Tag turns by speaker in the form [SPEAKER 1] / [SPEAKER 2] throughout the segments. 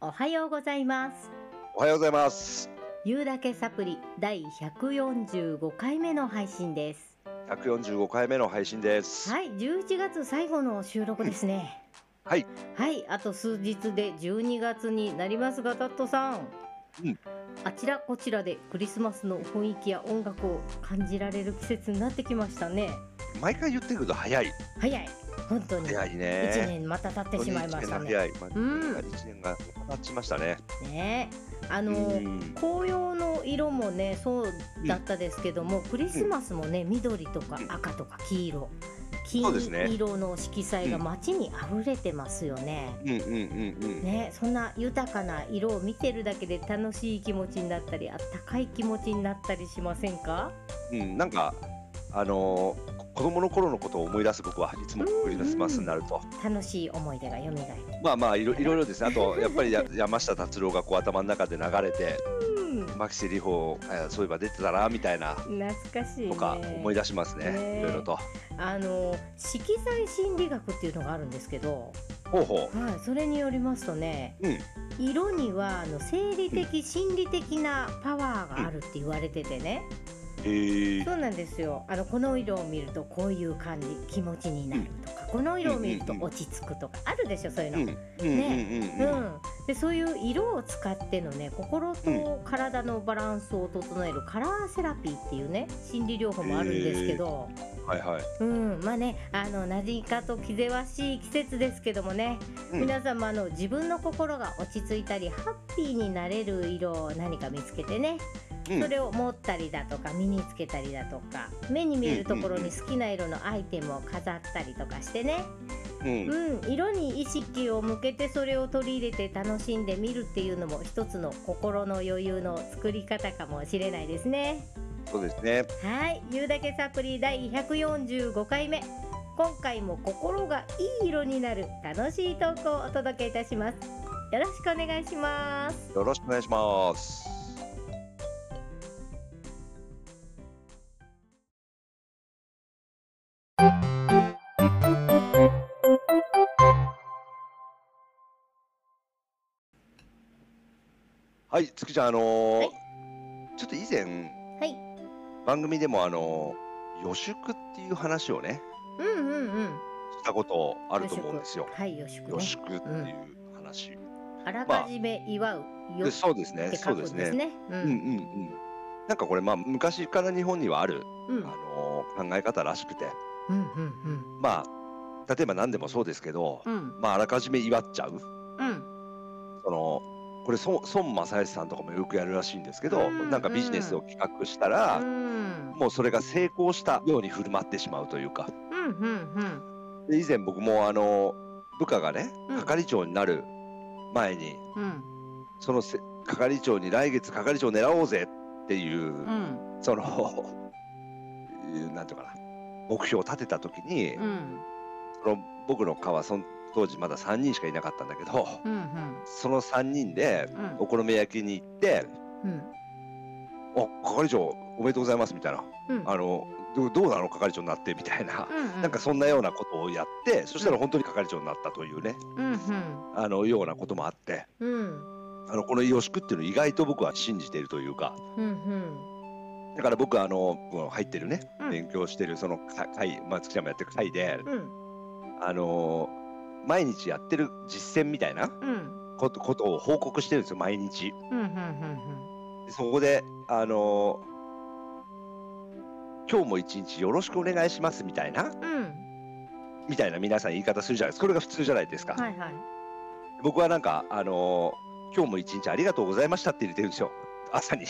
[SPEAKER 1] おはようございます
[SPEAKER 2] おはようございます。
[SPEAKER 1] ゆうだけサプリ第145回目の配信です
[SPEAKER 2] 145回目の配信です。
[SPEAKER 1] はい11月最後の収録ですね
[SPEAKER 2] はい
[SPEAKER 1] はいあと数日で12月になりますがタットさん、
[SPEAKER 2] うん
[SPEAKER 1] あちらこちらでクリスマスの雰囲気や音楽を感じられる季節になってきましたね
[SPEAKER 2] 毎回言ってるけど早い。
[SPEAKER 1] 早い本当に
[SPEAKER 2] 早い
[SPEAKER 1] 1
[SPEAKER 2] ね。
[SPEAKER 1] 年また経ってしまいました
[SPEAKER 2] 本当に一
[SPEAKER 1] ね
[SPEAKER 2] 年が早い。まあ
[SPEAKER 1] うん
[SPEAKER 2] 一年が経ちましたね。
[SPEAKER 1] ねあ
[SPEAKER 2] う
[SPEAKER 1] の、
[SPEAKER 2] ん。
[SPEAKER 1] 紅葉の色もねそうだったですけども、クリスマスもね緑とか
[SPEAKER 2] うん
[SPEAKER 1] 赤とか黄色
[SPEAKER 2] そう
[SPEAKER 1] 金
[SPEAKER 2] ですね
[SPEAKER 1] 色の色彩が街に溢れてますよね。
[SPEAKER 2] うんうんうんうん。
[SPEAKER 1] ね、そんな豊かな色を見てるだけで楽しい気持ちになったりあったかい気持ちになったりしませんか
[SPEAKER 2] うん、なんか。あのーこ子供の頃のことを思い出す僕はいつもクリスマスになると、
[SPEAKER 1] 楽しい思い出が蘇って、
[SPEAKER 2] まあまあいろいろいろですねあとやっぱりや 山下達郎がこう頭の中で流れて牧瀬里穂えーそういえば出てたなみたいな
[SPEAKER 1] 懐かしい、ね、
[SPEAKER 2] とか思い出しますね
[SPEAKER 1] ね
[SPEAKER 2] いろいろと
[SPEAKER 1] あの色彩心理学っていうのがあるんですけど、
[SPEAKER 2] ほうほ
[SPEAKER 1] はい、それによりますとね、
[SPEAKER 2] うん
[SPEAKER 1] 色にはあの生理的、心理的なパワーがあるって言われててね、
[SPEAKER 2] うへえ
[SPEAKER 1] そうなんですよあのこの色を見るとこういう感じ気持ちになるとか、この色を見ると
[SPEAKER 2] うんうんうん
[SPEAKER 1] 落ち着くとかあるでしょそういう
[SPEAKER 2] う
[SPEAKER 1] の。
[SPEAKER 2] ん
[SPEAKER 1] う
[SPEAKER 2] うんんうんうん
[SPEAKER 1] でそういう色を使ってのね心と体のバランスを整えるカラーセラピーっていうね心理療法もあるんですけど、
[SPEAKER 2] はいはい
[SPEAKER 1] うんまあねあの何かと気ぜわしい季節ですけどもね
[SPEAKER 2] うん
[SPEAKER 1] 皆様の自分の心が落ち着いたりハッピーになれる色を何か見つけてね、
[SPEAKER 2] うん
[SPEAKER 1] それを持ったりだとか身につけたりだとか目に見えるところに好きな色のアイテムを飾ったりとかしてね、
[SPEAKER 2] うん
[SPEAKER 1] うん色に意識を向けてそれを取り入れて楽しんでみるっていうのも一つの心の余裕の作り方かもしれないですね。
[SPEAKER 2] そうですね。
[SPEAKER 1] はい、ゆうだけサプリ第145回目。今回も心がいい色になる楽しいトークをお届けいたします。よろしくお願いします。
[SPEAKER 2] よろしくお願いします。はい、つきちゃん、あのー
[SPEAKER 1] はい
[SPEAKER 2] ちょっと以前
[SPEAKER 1] はい、
[SPEAKER 2] 番組でもあのー予祝っていう話をね
[SPEAKER 1] うんうんうん。
[SPEAKER 2] したことあると思うんですよ。
[SPEAKER 1] はい、よしく
[SPEAKER 2] 予
[SPEAKER 1] ね。
[SPEAKER 2] 祝っていう話。
[SPEAKER 1] あらかじめ祝うよ
[SPEAKER 2] で
[SPEAKER 1] っ
[SPEAKER 2] そうですね、
[SPEAKER 1] て
[SPEAKER 2] そ
[SPEAKER 1] 書
[SPEAKER 2] う
[SPEAKER 1] くん
[SPEAKER 2] で
[SPEAKER 1] ですす
[SPEAKER 2] ね。
[SPEAKER 1] ね。う
[SPEAKER 2] うんうん
[SPEAKER 1] ん
[SPEAKER 2] うん、なんかこれまあ昔から日本にはある、
[SPEAKER 1] うん
[SPEAKER 2] あのー考え方らしくて
[SPEAKER 1] うんうん
[SPEAKER 2] まあ例えば何でもそうですけど、
[SPEAKER 1] うんうん
[SPEAKER 2] まああらかじめ祝っちゃう
[SPEAKER 1] うん
[SPEAKER 2] そのこれ孫孫正義さんとかもよくやるらしいんですけど、
[SPEAKER 1] うん
[SPEAKER 2] なんかビジネスを企画した
[SPEAKER 1] う
[SPEAKER 2] ら、
[SPEAKER 1] ん
[SPEAKER 2] もうそれが成功したように振る舞ってしまうというか
[SPEAKER 1] うんうんうん
[SPEAKER 2] で以前僕もあの部下がね
[SPEAKER 1] うん
[SPEAKER 2] 係長になる前に、
[SPEAKER 1] うん
[SPEAKER 2] そのせ係長に来月係長狙おうぜっていう
[SPEAKER 1] うん
[SPEAKER 2] そのなんていうかな目標を立てた時に、
[SPEAKER 1] うん
[SPEAKER 2] その僕の課はその当時まだ3人しかいなかったんだけど、
[SPEAKER 1] うん
[SPEAKER 2] その3人で
[SPEAKER 1] うん
[SPEAKER 2] お好み焼きに行って
[SPEAKER 1] うん
[SPEAKER 2] 「お係長おめでとうございます」みたいな
[SPEAKER 1] うん
[SPEAKER 2] 「あのどうどうなの係長になって」みたいな。
[SPEAKER 1] うん
[SPEAKER 2] なんかそんなようなことをやってそしたら本当に係長になったというね
[SPEAKER 1] うんうん
[SPEAKER 2] あのようなこともあって
[SPEAKER 1] うん
[SPEAKER 2] あのこの予祝っていうのを意外と僕は信じているというか
[SPEAKER 1] うんうん
[SPEAKER 2] だから僕はあのこの入ってるね
[SPEAKER 1] うん
[SPEAKER 2] 勉強してるそのか会、まあ、月ちゃんもやってる会で、
[SPEAKER 1] うん
[SPEAKER 2] あのー毎日やってる実践みたいな
[SPEAKER 1] うん
[SPEAKER 2] ことことを報告してるんですよ毎日
[SPEAKER 1] うんうんうん
[SPEAKER 2] でそこであのー今日も一日よろしくお願いしますみたいな
[SPEAKER 1] うんうん
[SPEAKER 2] みたいな皆さん言い方するじゃないですかこれが普通じゃないですか、
[SPEAKER 1] はいはい
[SPEAKER 2] 僕はなんかあのー今日も一日ありがとうございましたって入れてるんですよ朝に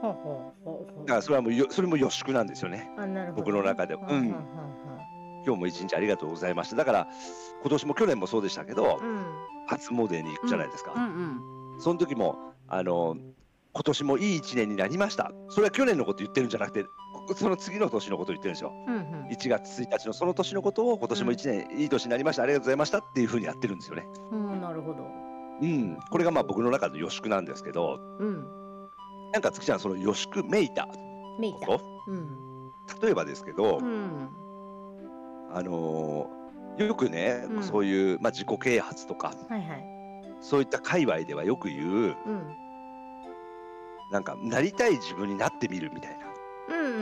[SPEAKER 1] ほうほうほうほ
[SPEAKER 2] だ
[SPEAKER 1] う
[SPEAKER 2] からそれはもうよそれも予祝なんですよね
[SPEAKER 1] あなるほど
[SPEAKER 2] 僕の中で
[SPEAKER 1] は
[SPEAKER 2] は
[SPEAKER 1] いうはい
[SPEAKER 2] ん
[SPEAKER 1] は
[SPEAKER 2] 今日も一日ありがとうございましただから今年も去年もそうでしたけど
[SPEAKER 1] いはいうん
[SPEAKER 2] 初詣に行くじゃないですか、
[SPEAKER 1] うん
[SPEAKER 2] その時も、あの今年もいい1年になりました。それは去年のこと言ってるんじゃなくて、こその次の年のこと言ってるんですよ。
[SPEAKER 1] うんうん
[SPEAKER 2] 1月1日のその年のことを、今年も1年、いい年になりました、ありがとうございましたっていうふうにやってるんですよね。
[SPEAKER 1] うんうんなるほど
[SPEAKER 2] うん、これがまあ僕の中の予祝なんですけど、
[SPEAKER 1] うん
[SPEAKER 2] なんかつきちゃん、その予祝めいた
[SPEAKER 1] めいた
[SPEAKER 2] こ
[SPEAKER 1] うん
[SPEAKER 2] と、例えばですけど、
[SPEAKER 1] うん
[SPEAKER 2] あのーよくね、
[SPEAKER 1] うん
[SPEAKER 2] そういう、まあ、自己啓発とか、
[SPEAKER 1] はいはい
[SPEAKER 2] そういった界隈ではよく言う
[SPEAKER 1] うん
[SPEAKER 2] なんかなりたい自分になってみるみたいな、
[SPEAKER 1] うんうん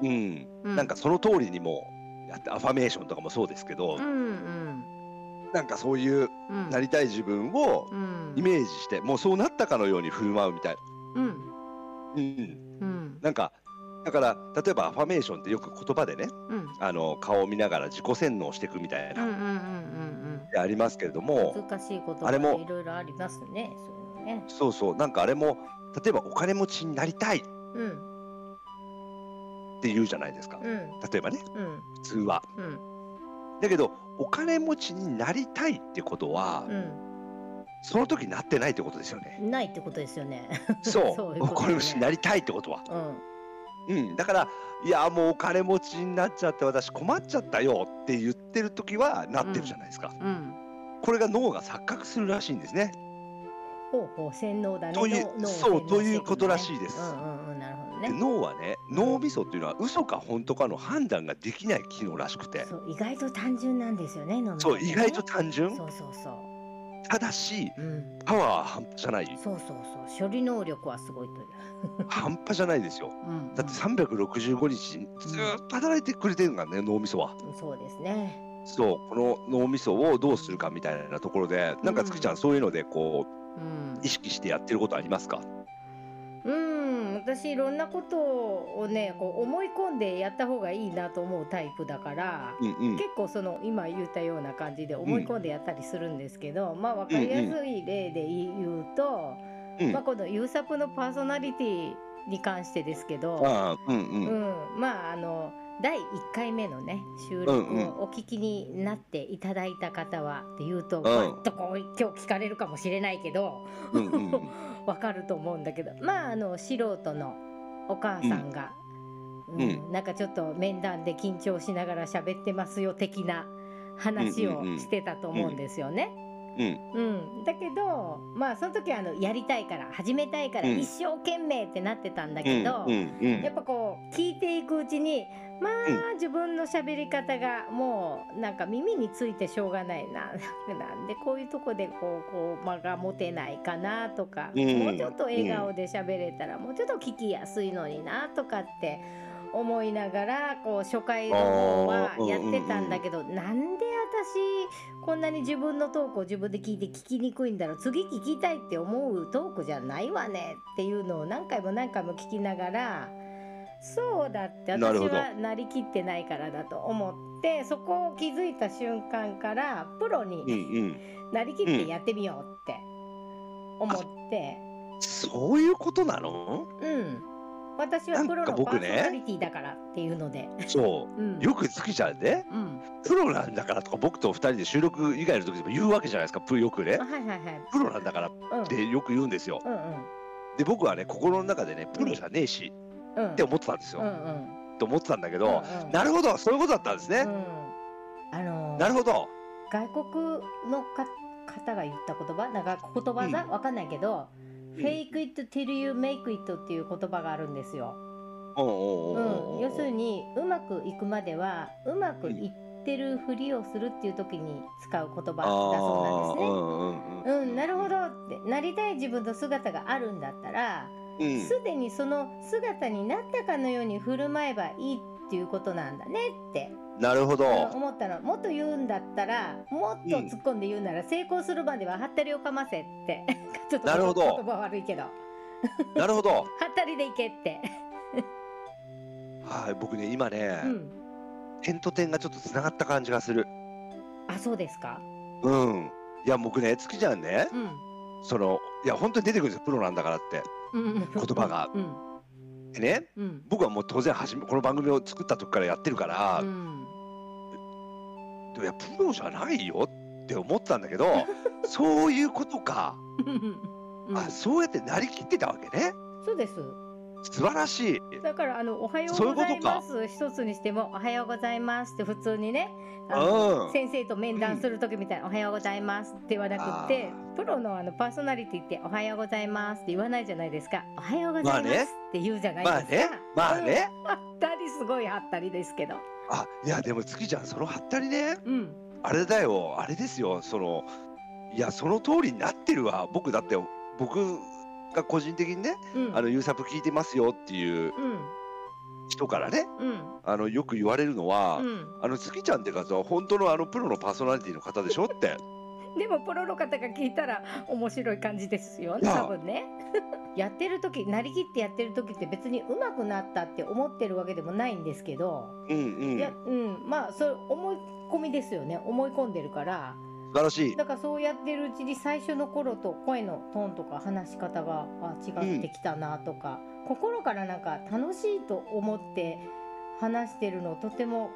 [SPEAKER 2] うん
[SPEAKER 1] うん
[SPEAKER 2] なんかその通りにもやってアファメーションとかもそうですけど、
[SPEAKER 1] うんうん
[SPEAKER 2] なんかそういう
[SPEAKER 1] うん
[SPEAKER 2] なりたい自分を
[SPEAKER 1] うん
[SPEAKER 2] イメージしてもうそうなったかのように振る舞うみたいな、
[SPEAKER 1] うん
[SPEAKER 2] うん、
[SPEAKER 1] うん
[SPEAKER 2] なんかだから例えばアファメーションってよく言葉でね
[SPEAKER 1] うん
[SPEAKER 2] あの顔を見ながら自己洗脳していくみたい
[SPEAKER 1] うんうん
[SPEAKER 2] な、
[SPEAKER 1] うん
[SPEAKER 2] でありますけれど
[SPEAKER 1] うん
[SPEAKER 2] も、
[SPEAKER 1] うん難しいこと
[SPEAKER 2] あれも
[SPEAKER 1] いろいろありますねそういうのね
[SPEAKER 2] そうそうなんかあれも例えばお金持ちになりたいっ
[SPEAKER 1] うん
[SPEAKER 2] て言うじゃないですか、
[SPEAKER 1] うん
[SPEAKER 2] 例えばね
[SPEAKER 1] うん
[SPEAKER 2] 普通は
[SPEAKER 1] うん
[SPEAKER 2] だけどお金持ちになりたいってことは、
[SPEAKER 1] う
[SPEAKER 2] その時なってないってことですよね
[SPEAKER 1] んないってことですよね
[SPEAKER 2] そ う
[SPEAKER 1] そういうことだね
[SPEAKER 2] お金持ちになりたいってことは
[SPEAKER 1] うん
[SPEAKER 2] うんだからいやもうお金持ちになっちゃって私困っちゃったよって言ってる時はなってるじゃないですか、
[SPEAKER 1] うん
[SPEAKER 2] これが脳が錯覚するらしいんですね
[SPEAKER 1] ほうほう洗脳だね
[SPEAKER 2] という
[SPEAKER 1] 脳脳を
[SPEAKER 2] そう
[SPEAKER 1] 洗脳してく
[SPEAKER 2] と
[SPEAKER 1] のね
[SPEAKER 2] いうことらしいです
[SPEAKER 1] うんうんうんなるほど
[SPEAKER 2] で
[SPEAKER 1] ね
[SPEAKER 2] 脳はね脳みそっていうのは嘘か本当かの判断ができない機能らしくて
[SPEAKER 1] そう意外と単純なんですよね脳みたい
[SPEAKER 2] そ
[SPEAKER 1] な
[SPEAKER 2] う
[SPEAKER 1] ね
[SPEAKER 2] 意外と単純
[SPEAKER 1] そうそうそ
[SPEAKER 2] ただし
[SPEAKER 1] ううん
[SPEAKER 2] パワーは半端じゃない
[SPEAKER 1] そうそうそう処理能力はすごいという
[SPEAKER 2] 半端じゃないですよ
[SPEAKER 1] うん
[SPEAKER 2] だって365日ずーっと働いてくれてるんだね脳みそは
[SPEAKER 1] うんそうですね
[SPEAKER 2] そうこの脳みそをどうするかみたいなところでなんかつきちゃんそういうのでこ
[SPEAKER 1] うん
[SPEAKER 2] う意識してやってることありますか
[SPEAKER 1] うん私いろんなことをねこう思い込んでやった方がいいなと思うタイプだから、
[SPEAKER 2] うんうん
[SPEAKER 1] 結構その今言ったような感じで思い込んでやったりするんですけど、まあ分かりやすい例で言うと、
[SPEAKER 2] うん
[SPEAKER 1] まあ、このユーサプのパーソナリティに関してですけど、
[SPEAKER 2] ああうんう
[SPEAKER 1] うん
[SPEAKER 2] ん
[SPEAKER 1] まああの第1回目のね収録
[SPEAKER 2] うんうん
[SPEAKER 1] をお聞きになっていただいた方はっていうと、
[SPEAKER 2] ん
[SPEAKER 1] まあどこ今日聞かれるかもしれないけど。
[SPEAKER 2] うんうんうん
[SPEAKER 1] わかると思うんだけどまああの素人のお母さんが、うん
[SPEAKER 2] う
[SPEAKER 1] なんかちょっと面談で緊張しながら喋ってますよ的な話を
[SPEAKER 2] うんうんうん
[SPEAKER 1] してたと思うんですよね。
[SPEAKER 2] うん
[SPEAKER 1] うん、だけどまあその時はあのやりたいから始めたいから
[SPEAKER 2] うん
[SPEAKER 1] 一生懸命ってなってたんだ けど、
[SPEAKER 2] うんうん
[SPEAKER 1] やっぱこう聞いていくうちにまあ自分の喋り方がもうなんか耳についてしょうがない ななんでこういうとこでこうこう間が持てないかなとか、
[SPEAKER 2] うん
[SPEAKER 1] もうちょっと笑顔で喋れたら、もうちょっと聞きやすいのになとかって思いながらこう初回の方は
[SPEAKER 2] あー
[SPEAKER 1] やってたんだけど、なんで私こんなに自分のトークを自分で聞いて聞きにくいんだろう次聞きたいって思うトークじゃないわねっていうのを何回も何回も聞きながらそうだって
[SPEAKER 2] なる
[SPEAKER 1] 私
[SPEAKER 2] ほど
[SPEAKER 1] はなりきってないからだと思ってそこを気づいた瞬間からプロ
[SPEAKER 2] うんう
[SPEAKER 1] に
[SPEAKER 2] ん
[SPEAKER 1] なりきってやってみようって思って。
[SPEAKER 2] そういうことなの
[SPEAKER 1] うん。私はプロ
[SPEAKER 2] なん
[SPEAKER 1] の
[SPEAKER 2] か
[SPEAKER 1] パーソ
[SPEAKER 2] 僕ね
[SPEAKER 1] ナリティだからっていうので。
[SPEAKER 2] そ
[SPEAKER 1] うん
[SPEAKER 2] う。よくつきちゃんね
[SPEAKER 1] うん。
[SPEAKER 2] プロなんだからとか僕と二人で収録以外の時でも言うわけじゃないですかプよくね
[SPEAKER 1] あはいはいはい。
[SPEAKER 2] プロなんだからっ
[SPEAKER 1] うん。
[SPEAKER 2] てよく言うんですよ
[SPEAKER 1] うん
[SPEAKER 2] で僕はね心の中でねプロじゃねえし
[SPEAKER 1] うん。うん。
[SPEAKER 2] って思ってたんですよ、
[SPEAKER 1] うん
[SPEAKER 2] っ
[SPEAKER 1] うん。
[SPEAKER 2] て思ってたんだけ
[SPEAKER 1] うん
[SPEAKER 2] ど、
[SPEAKER 1] うん
[SPEAKER 2] なるほどそういうことだったんですね
[SPEAKER 1] う、ん。あのー
[SPEAKER 2] なるほど
[SPEAKER 1] 外国のか方が言った言葉なんか言葉だ、
[SPEAKER 2] う
[SPEAKER 1] わかんないけど、
[SPEAKER 2] うん
[SPEAKER 1] fake it till you make it っていう言葉があるんですよ。
[SPEAKER 2] おうおうおうおう
[SPEAKER 1] うん、要するにうまくいくまではうまくいってるふりをするっていう時に使う言葉だそうなんですね。
[SPEAKER 2] あー
[SPEAKER 1] うん、なるほどってなりたい自分の姿があるんだったら
[SPEAKER 2] うんうんうん
[SPEAKER 1] すで、にその姿になったかのように振る舞えばいいっていうことなんだねって
[SPEAKER 2] うんなるほど、
[SPEAKER 1] うん思ったのもっと言うんだったらもっと突っ込んで言うなら、成功するまでははったりをかませって ちょっと
[SPEAKER 2] なるほど
[SPEAKER 1] 言葉悪いけどは
[SPEAKER 2] なるほど
[SPEAKER 1] ったりでいけって、
[SPEAKER 2] はい僕ね今ね、
[SPEAKER 1] うん、
[SPEAKER 2] 点と点がちょっとつながった感じがする
[SPEAKER 1] あそうですか
[SPEAKER 2] うんいや僕ねつきちゃんね
[SPEAKER 1] うん
[SPEAKER 2] そのいや本当に出てくるんですよプロなんだからって
[SPEAKER 1] 言
[SPEAKER 2] 葉が
[SPEAKER 1] うん
[SPEAKER 2] でね
[SPEAKER 1] うん
[SPEAKER 2] 僕はもう当然初めこの番組を作った時からやってるから、
[SPEAKER 1] うん
[SPEAKER 2] でもいやプロじゃないよって思ってたんだ けどそういうことか、
[SPEAKER 1] うん
[SPEAKER 2] あそうやってなりきってたわけね
[SPEAKER 1] そうです
[SPEAKER 2] 素晴らしい
[SPEAKER 1] だからあの「おはよう
[SPEAKER 2] そうい
[SPEAKER 1] ご
[SPEAKER 2] うこ
[SPEAKER 1] ざい
[SPEAKER 2] とか
[SPEAKER 1] ます」一つにしても「おはようございます」って普通にねあ
[SPEAKER 2] うん
[SPEAKER 1] の先生と面談する時みたいな「おはようございます」って言わなくって
[SPEAKER 2] あー
[SPEAKER 1] プロのあのパーソナリティって「おはようございます」って言わないじゃないですか「おはようございます」って言うじゃない
[SPEAKER 2] まあ
[SPEAKER 1] で
[SPEAKER 2] ね
[SPEAKER 1] すか。
[SPEAKER 2] まあね、
[SPEAKER 1] うん。はったりすごいはったりですけど。
[SPEAKER 2] あいやでも月ちゃんそのハッタリね
[SPEAKER 1] うん。
[SPEAKER 2] あれだよあれですよそのいやその通りになってるわ僕だって僕が個人的にね、
[SPEAKER 1] うん
[SPEAKER 2] あのユーサプ聞いてますよっていう
[SPEAKER 1] うん
[SPEAKER 2] 人からね
[SPEAKER 1] うん
[SPEAKER 2] あのよく言われるのは、
[SPEAKER 1] うん
[SPEAKER 2] あの月ちゃんって方は本当のあのプロのパーソナリティの方でしょって
[SPEAKER 1] でもプロの方が聞いたら面白い感じですよね
[SPEAKER 2] いや
[SPEAKER 1] 多分ね やってる時なりきってやってる時って別に上手くなったって思ってるわけでもないんですけど、
[SPEAKER 2] うんうん
[SPEAKER 1] いや
[SPEAKER 2] 素
[SPEAKER 1] うんまあそれ思い込みですよね思い込んでるから
[SPEAKER 2] 晴らしい
[SPEAKER 1] だからそうやってるうちに最初の頃と声のトーンとか話し方があ違ってきたなとか、心からなんか楽しいと思って話してるのをとても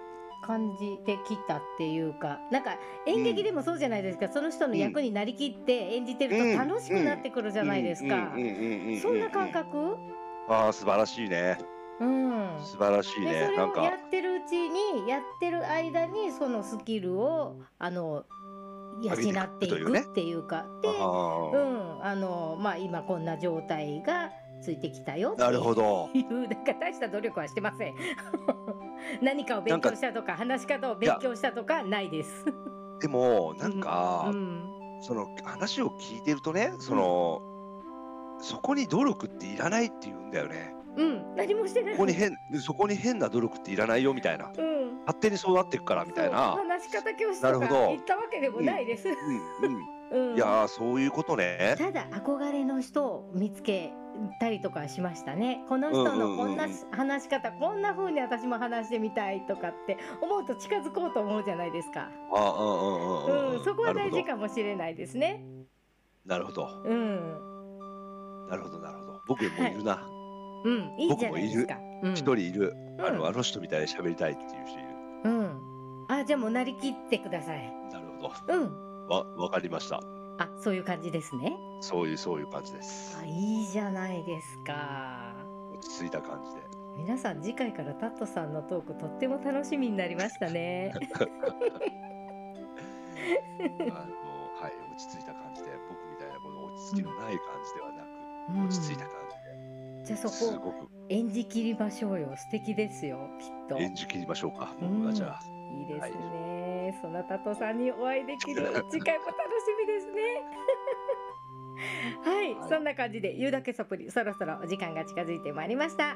[SPEAKER 1] 感じてきたっていうかなんか演劇でもそうじゃないですか、その人の役になりきって演じてると楽しくなってくるじゃないですか
[SPEAKER 2] うんうんうんうんうう
[SPEAKER 1] そんな感覚
[SPEAKER 2] ああ素晴らしいね
[SPEAKER 1] うん
[SPEAKER 2] 素晴らしい
[SPEAKER 1] でそ
[SPEAKER 2] ね
[SPEAKER 1] れ
[SPEAKER 2] なん
[SPEAKER 1] をや
[SPEAKER 2] か
[SPEAKER 1] ってるうちにやってる間にそのスキルをあの養
[SPEAKER 2] 上げて
[SPEAKER 1] っ
[SPEAKER 2] い
[SPEAKER 1] て
[SPEAKER 2] く
[SPEAKER 1] い
[SPEAKER 2] という
[SPEAKER 1] く
[SPEAKER 2] ね
[SPEAKER 1] っていうか
[SPEAKER 2] あ
[SPEAKER 1] でう
[SPEAKER 2] ー
[SPEAKER 1] んあのまあ今こんな状態がついてきたよっていう
[SPEAKER 2] なるほど
[SPEAKER 1] いうなんか 大した努力はしてません 何かを勉強したとか話し方を勉強したとかないです
[SPEAKER 2] でもなんか、
[SPEAKER 1] うん
[SPEAKER 2] その話を聞いてるとねその、そこに努力っていらないって言うんだよね
[SPEAKER 1] うん何もしてない
[SPEAKER 2] そこに変そこに変な努力っていらないよみたいな
[SPEAKER 1] うん
[SPEAKER 2] 勝手にそうなっていくからみたいな
[SPEAKER 1] そう話し方教室と
[SPEAKER 2] な
[SPEAKER 1] か
[SPEAKER 2] るほど
[SPEAKER 1] 行ったわけでもないです、
[SPEAKER 2] うん
[SPEAKER 1] う
[SPEAKER 2] うんんいやーそういうことね
[SPEAKER 1] ただ憧れの人を見つけたりとかしましたねこの人のこんな
[SPEAKER 2] うんうん
[SPEAKER 1] し話し方こんな風に私も話してみたいとかって思うと近づこうと思うじゃないですか、
[SPEAKER 2] ああうんうんうんうん
[SPEAKER 1] うん、そこは大事かもしれないですね
[SPEAKER 2] なるほど
[SPEAKER 1] うん
[SPEAKER 2] なるほどなるほど僕もいるな
[SPEAKER 1] うんいいじゃないですかうん
[SPEAKER 2] 一、人いる、あ
[SPEAKER 1] うん
[SPEAKER 2] のあの人みたいに喋りたいっていう人いる
[SPEAKER 1] うんあじゃあもうなりきってください
[SPEAKER 2] なるほ
[SPEAKER 1] うん
[SPEAKER 2] どわわかりました
[SPEAKER 1] あそういう感じですね
[SPEAKER 2] そういうそういう感じです
[SPEAKER 1] あいいじゃないですか
[SPEAKER 2] 落ち着いた感じで
[SPEAKER 1] 皆さん次回からタットさんのトークとっても楽しみになりましたね
[SPEAKER 2] あのはい落ち着いた感じで僕みたいなこの落ち着きのない感じではなく、 落ち着いた感
[SPEAKER 1] うんじゃあ
[SPEAKER 2] じ
[SPEAKER 1] そ
[SPEAKER 2] です
[SPEAKER 1] こ
[SPEAKER 2] ごく
[SPEAKER 1] 演じ切りましょうよ素敵ですよきっと
[SPEAKER 2] 演じ切りましょうか、
[SPEAKER 1] うん
[SPEAKER 2] 僕はじゃあ
[SPEAKER 1] いいですね、そんなタトさんにお会いできる次回も楽しみですねはい、
[SPEAKER 2] はい
[SPEAKER 1] そんな感じで言うだけサプリそろそろお時間が近づいてまいりました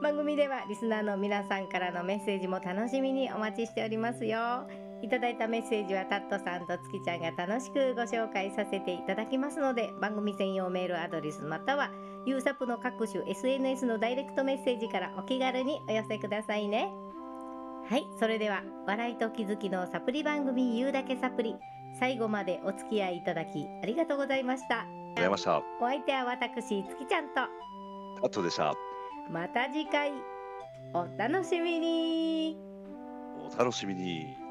[SPEAKER 1] 番組ではリスナーの皆さんからのメッセージも楽しみにお待ちしておりますよいただいたメッセージはタットさんと月ちゃんが楽しくご紹介させていただきますので番組専用メールアドレスまたはユーサプの各種 SNS のダイレクトメッセージからお気軽にお寄せくださいねはいそれでは笑いと気づきのサプリ番組「ゆうだけサプリ」最後までお付き合いいただきありがとうございました
[SPEAKER 2] ございました
[SPEAKER 1] お相手は私つきちゃんと
[SPEAKER 2] あとでした
[SPEAKER 1] また次回お楽しみに
[SPEAKER 2] お楽しみに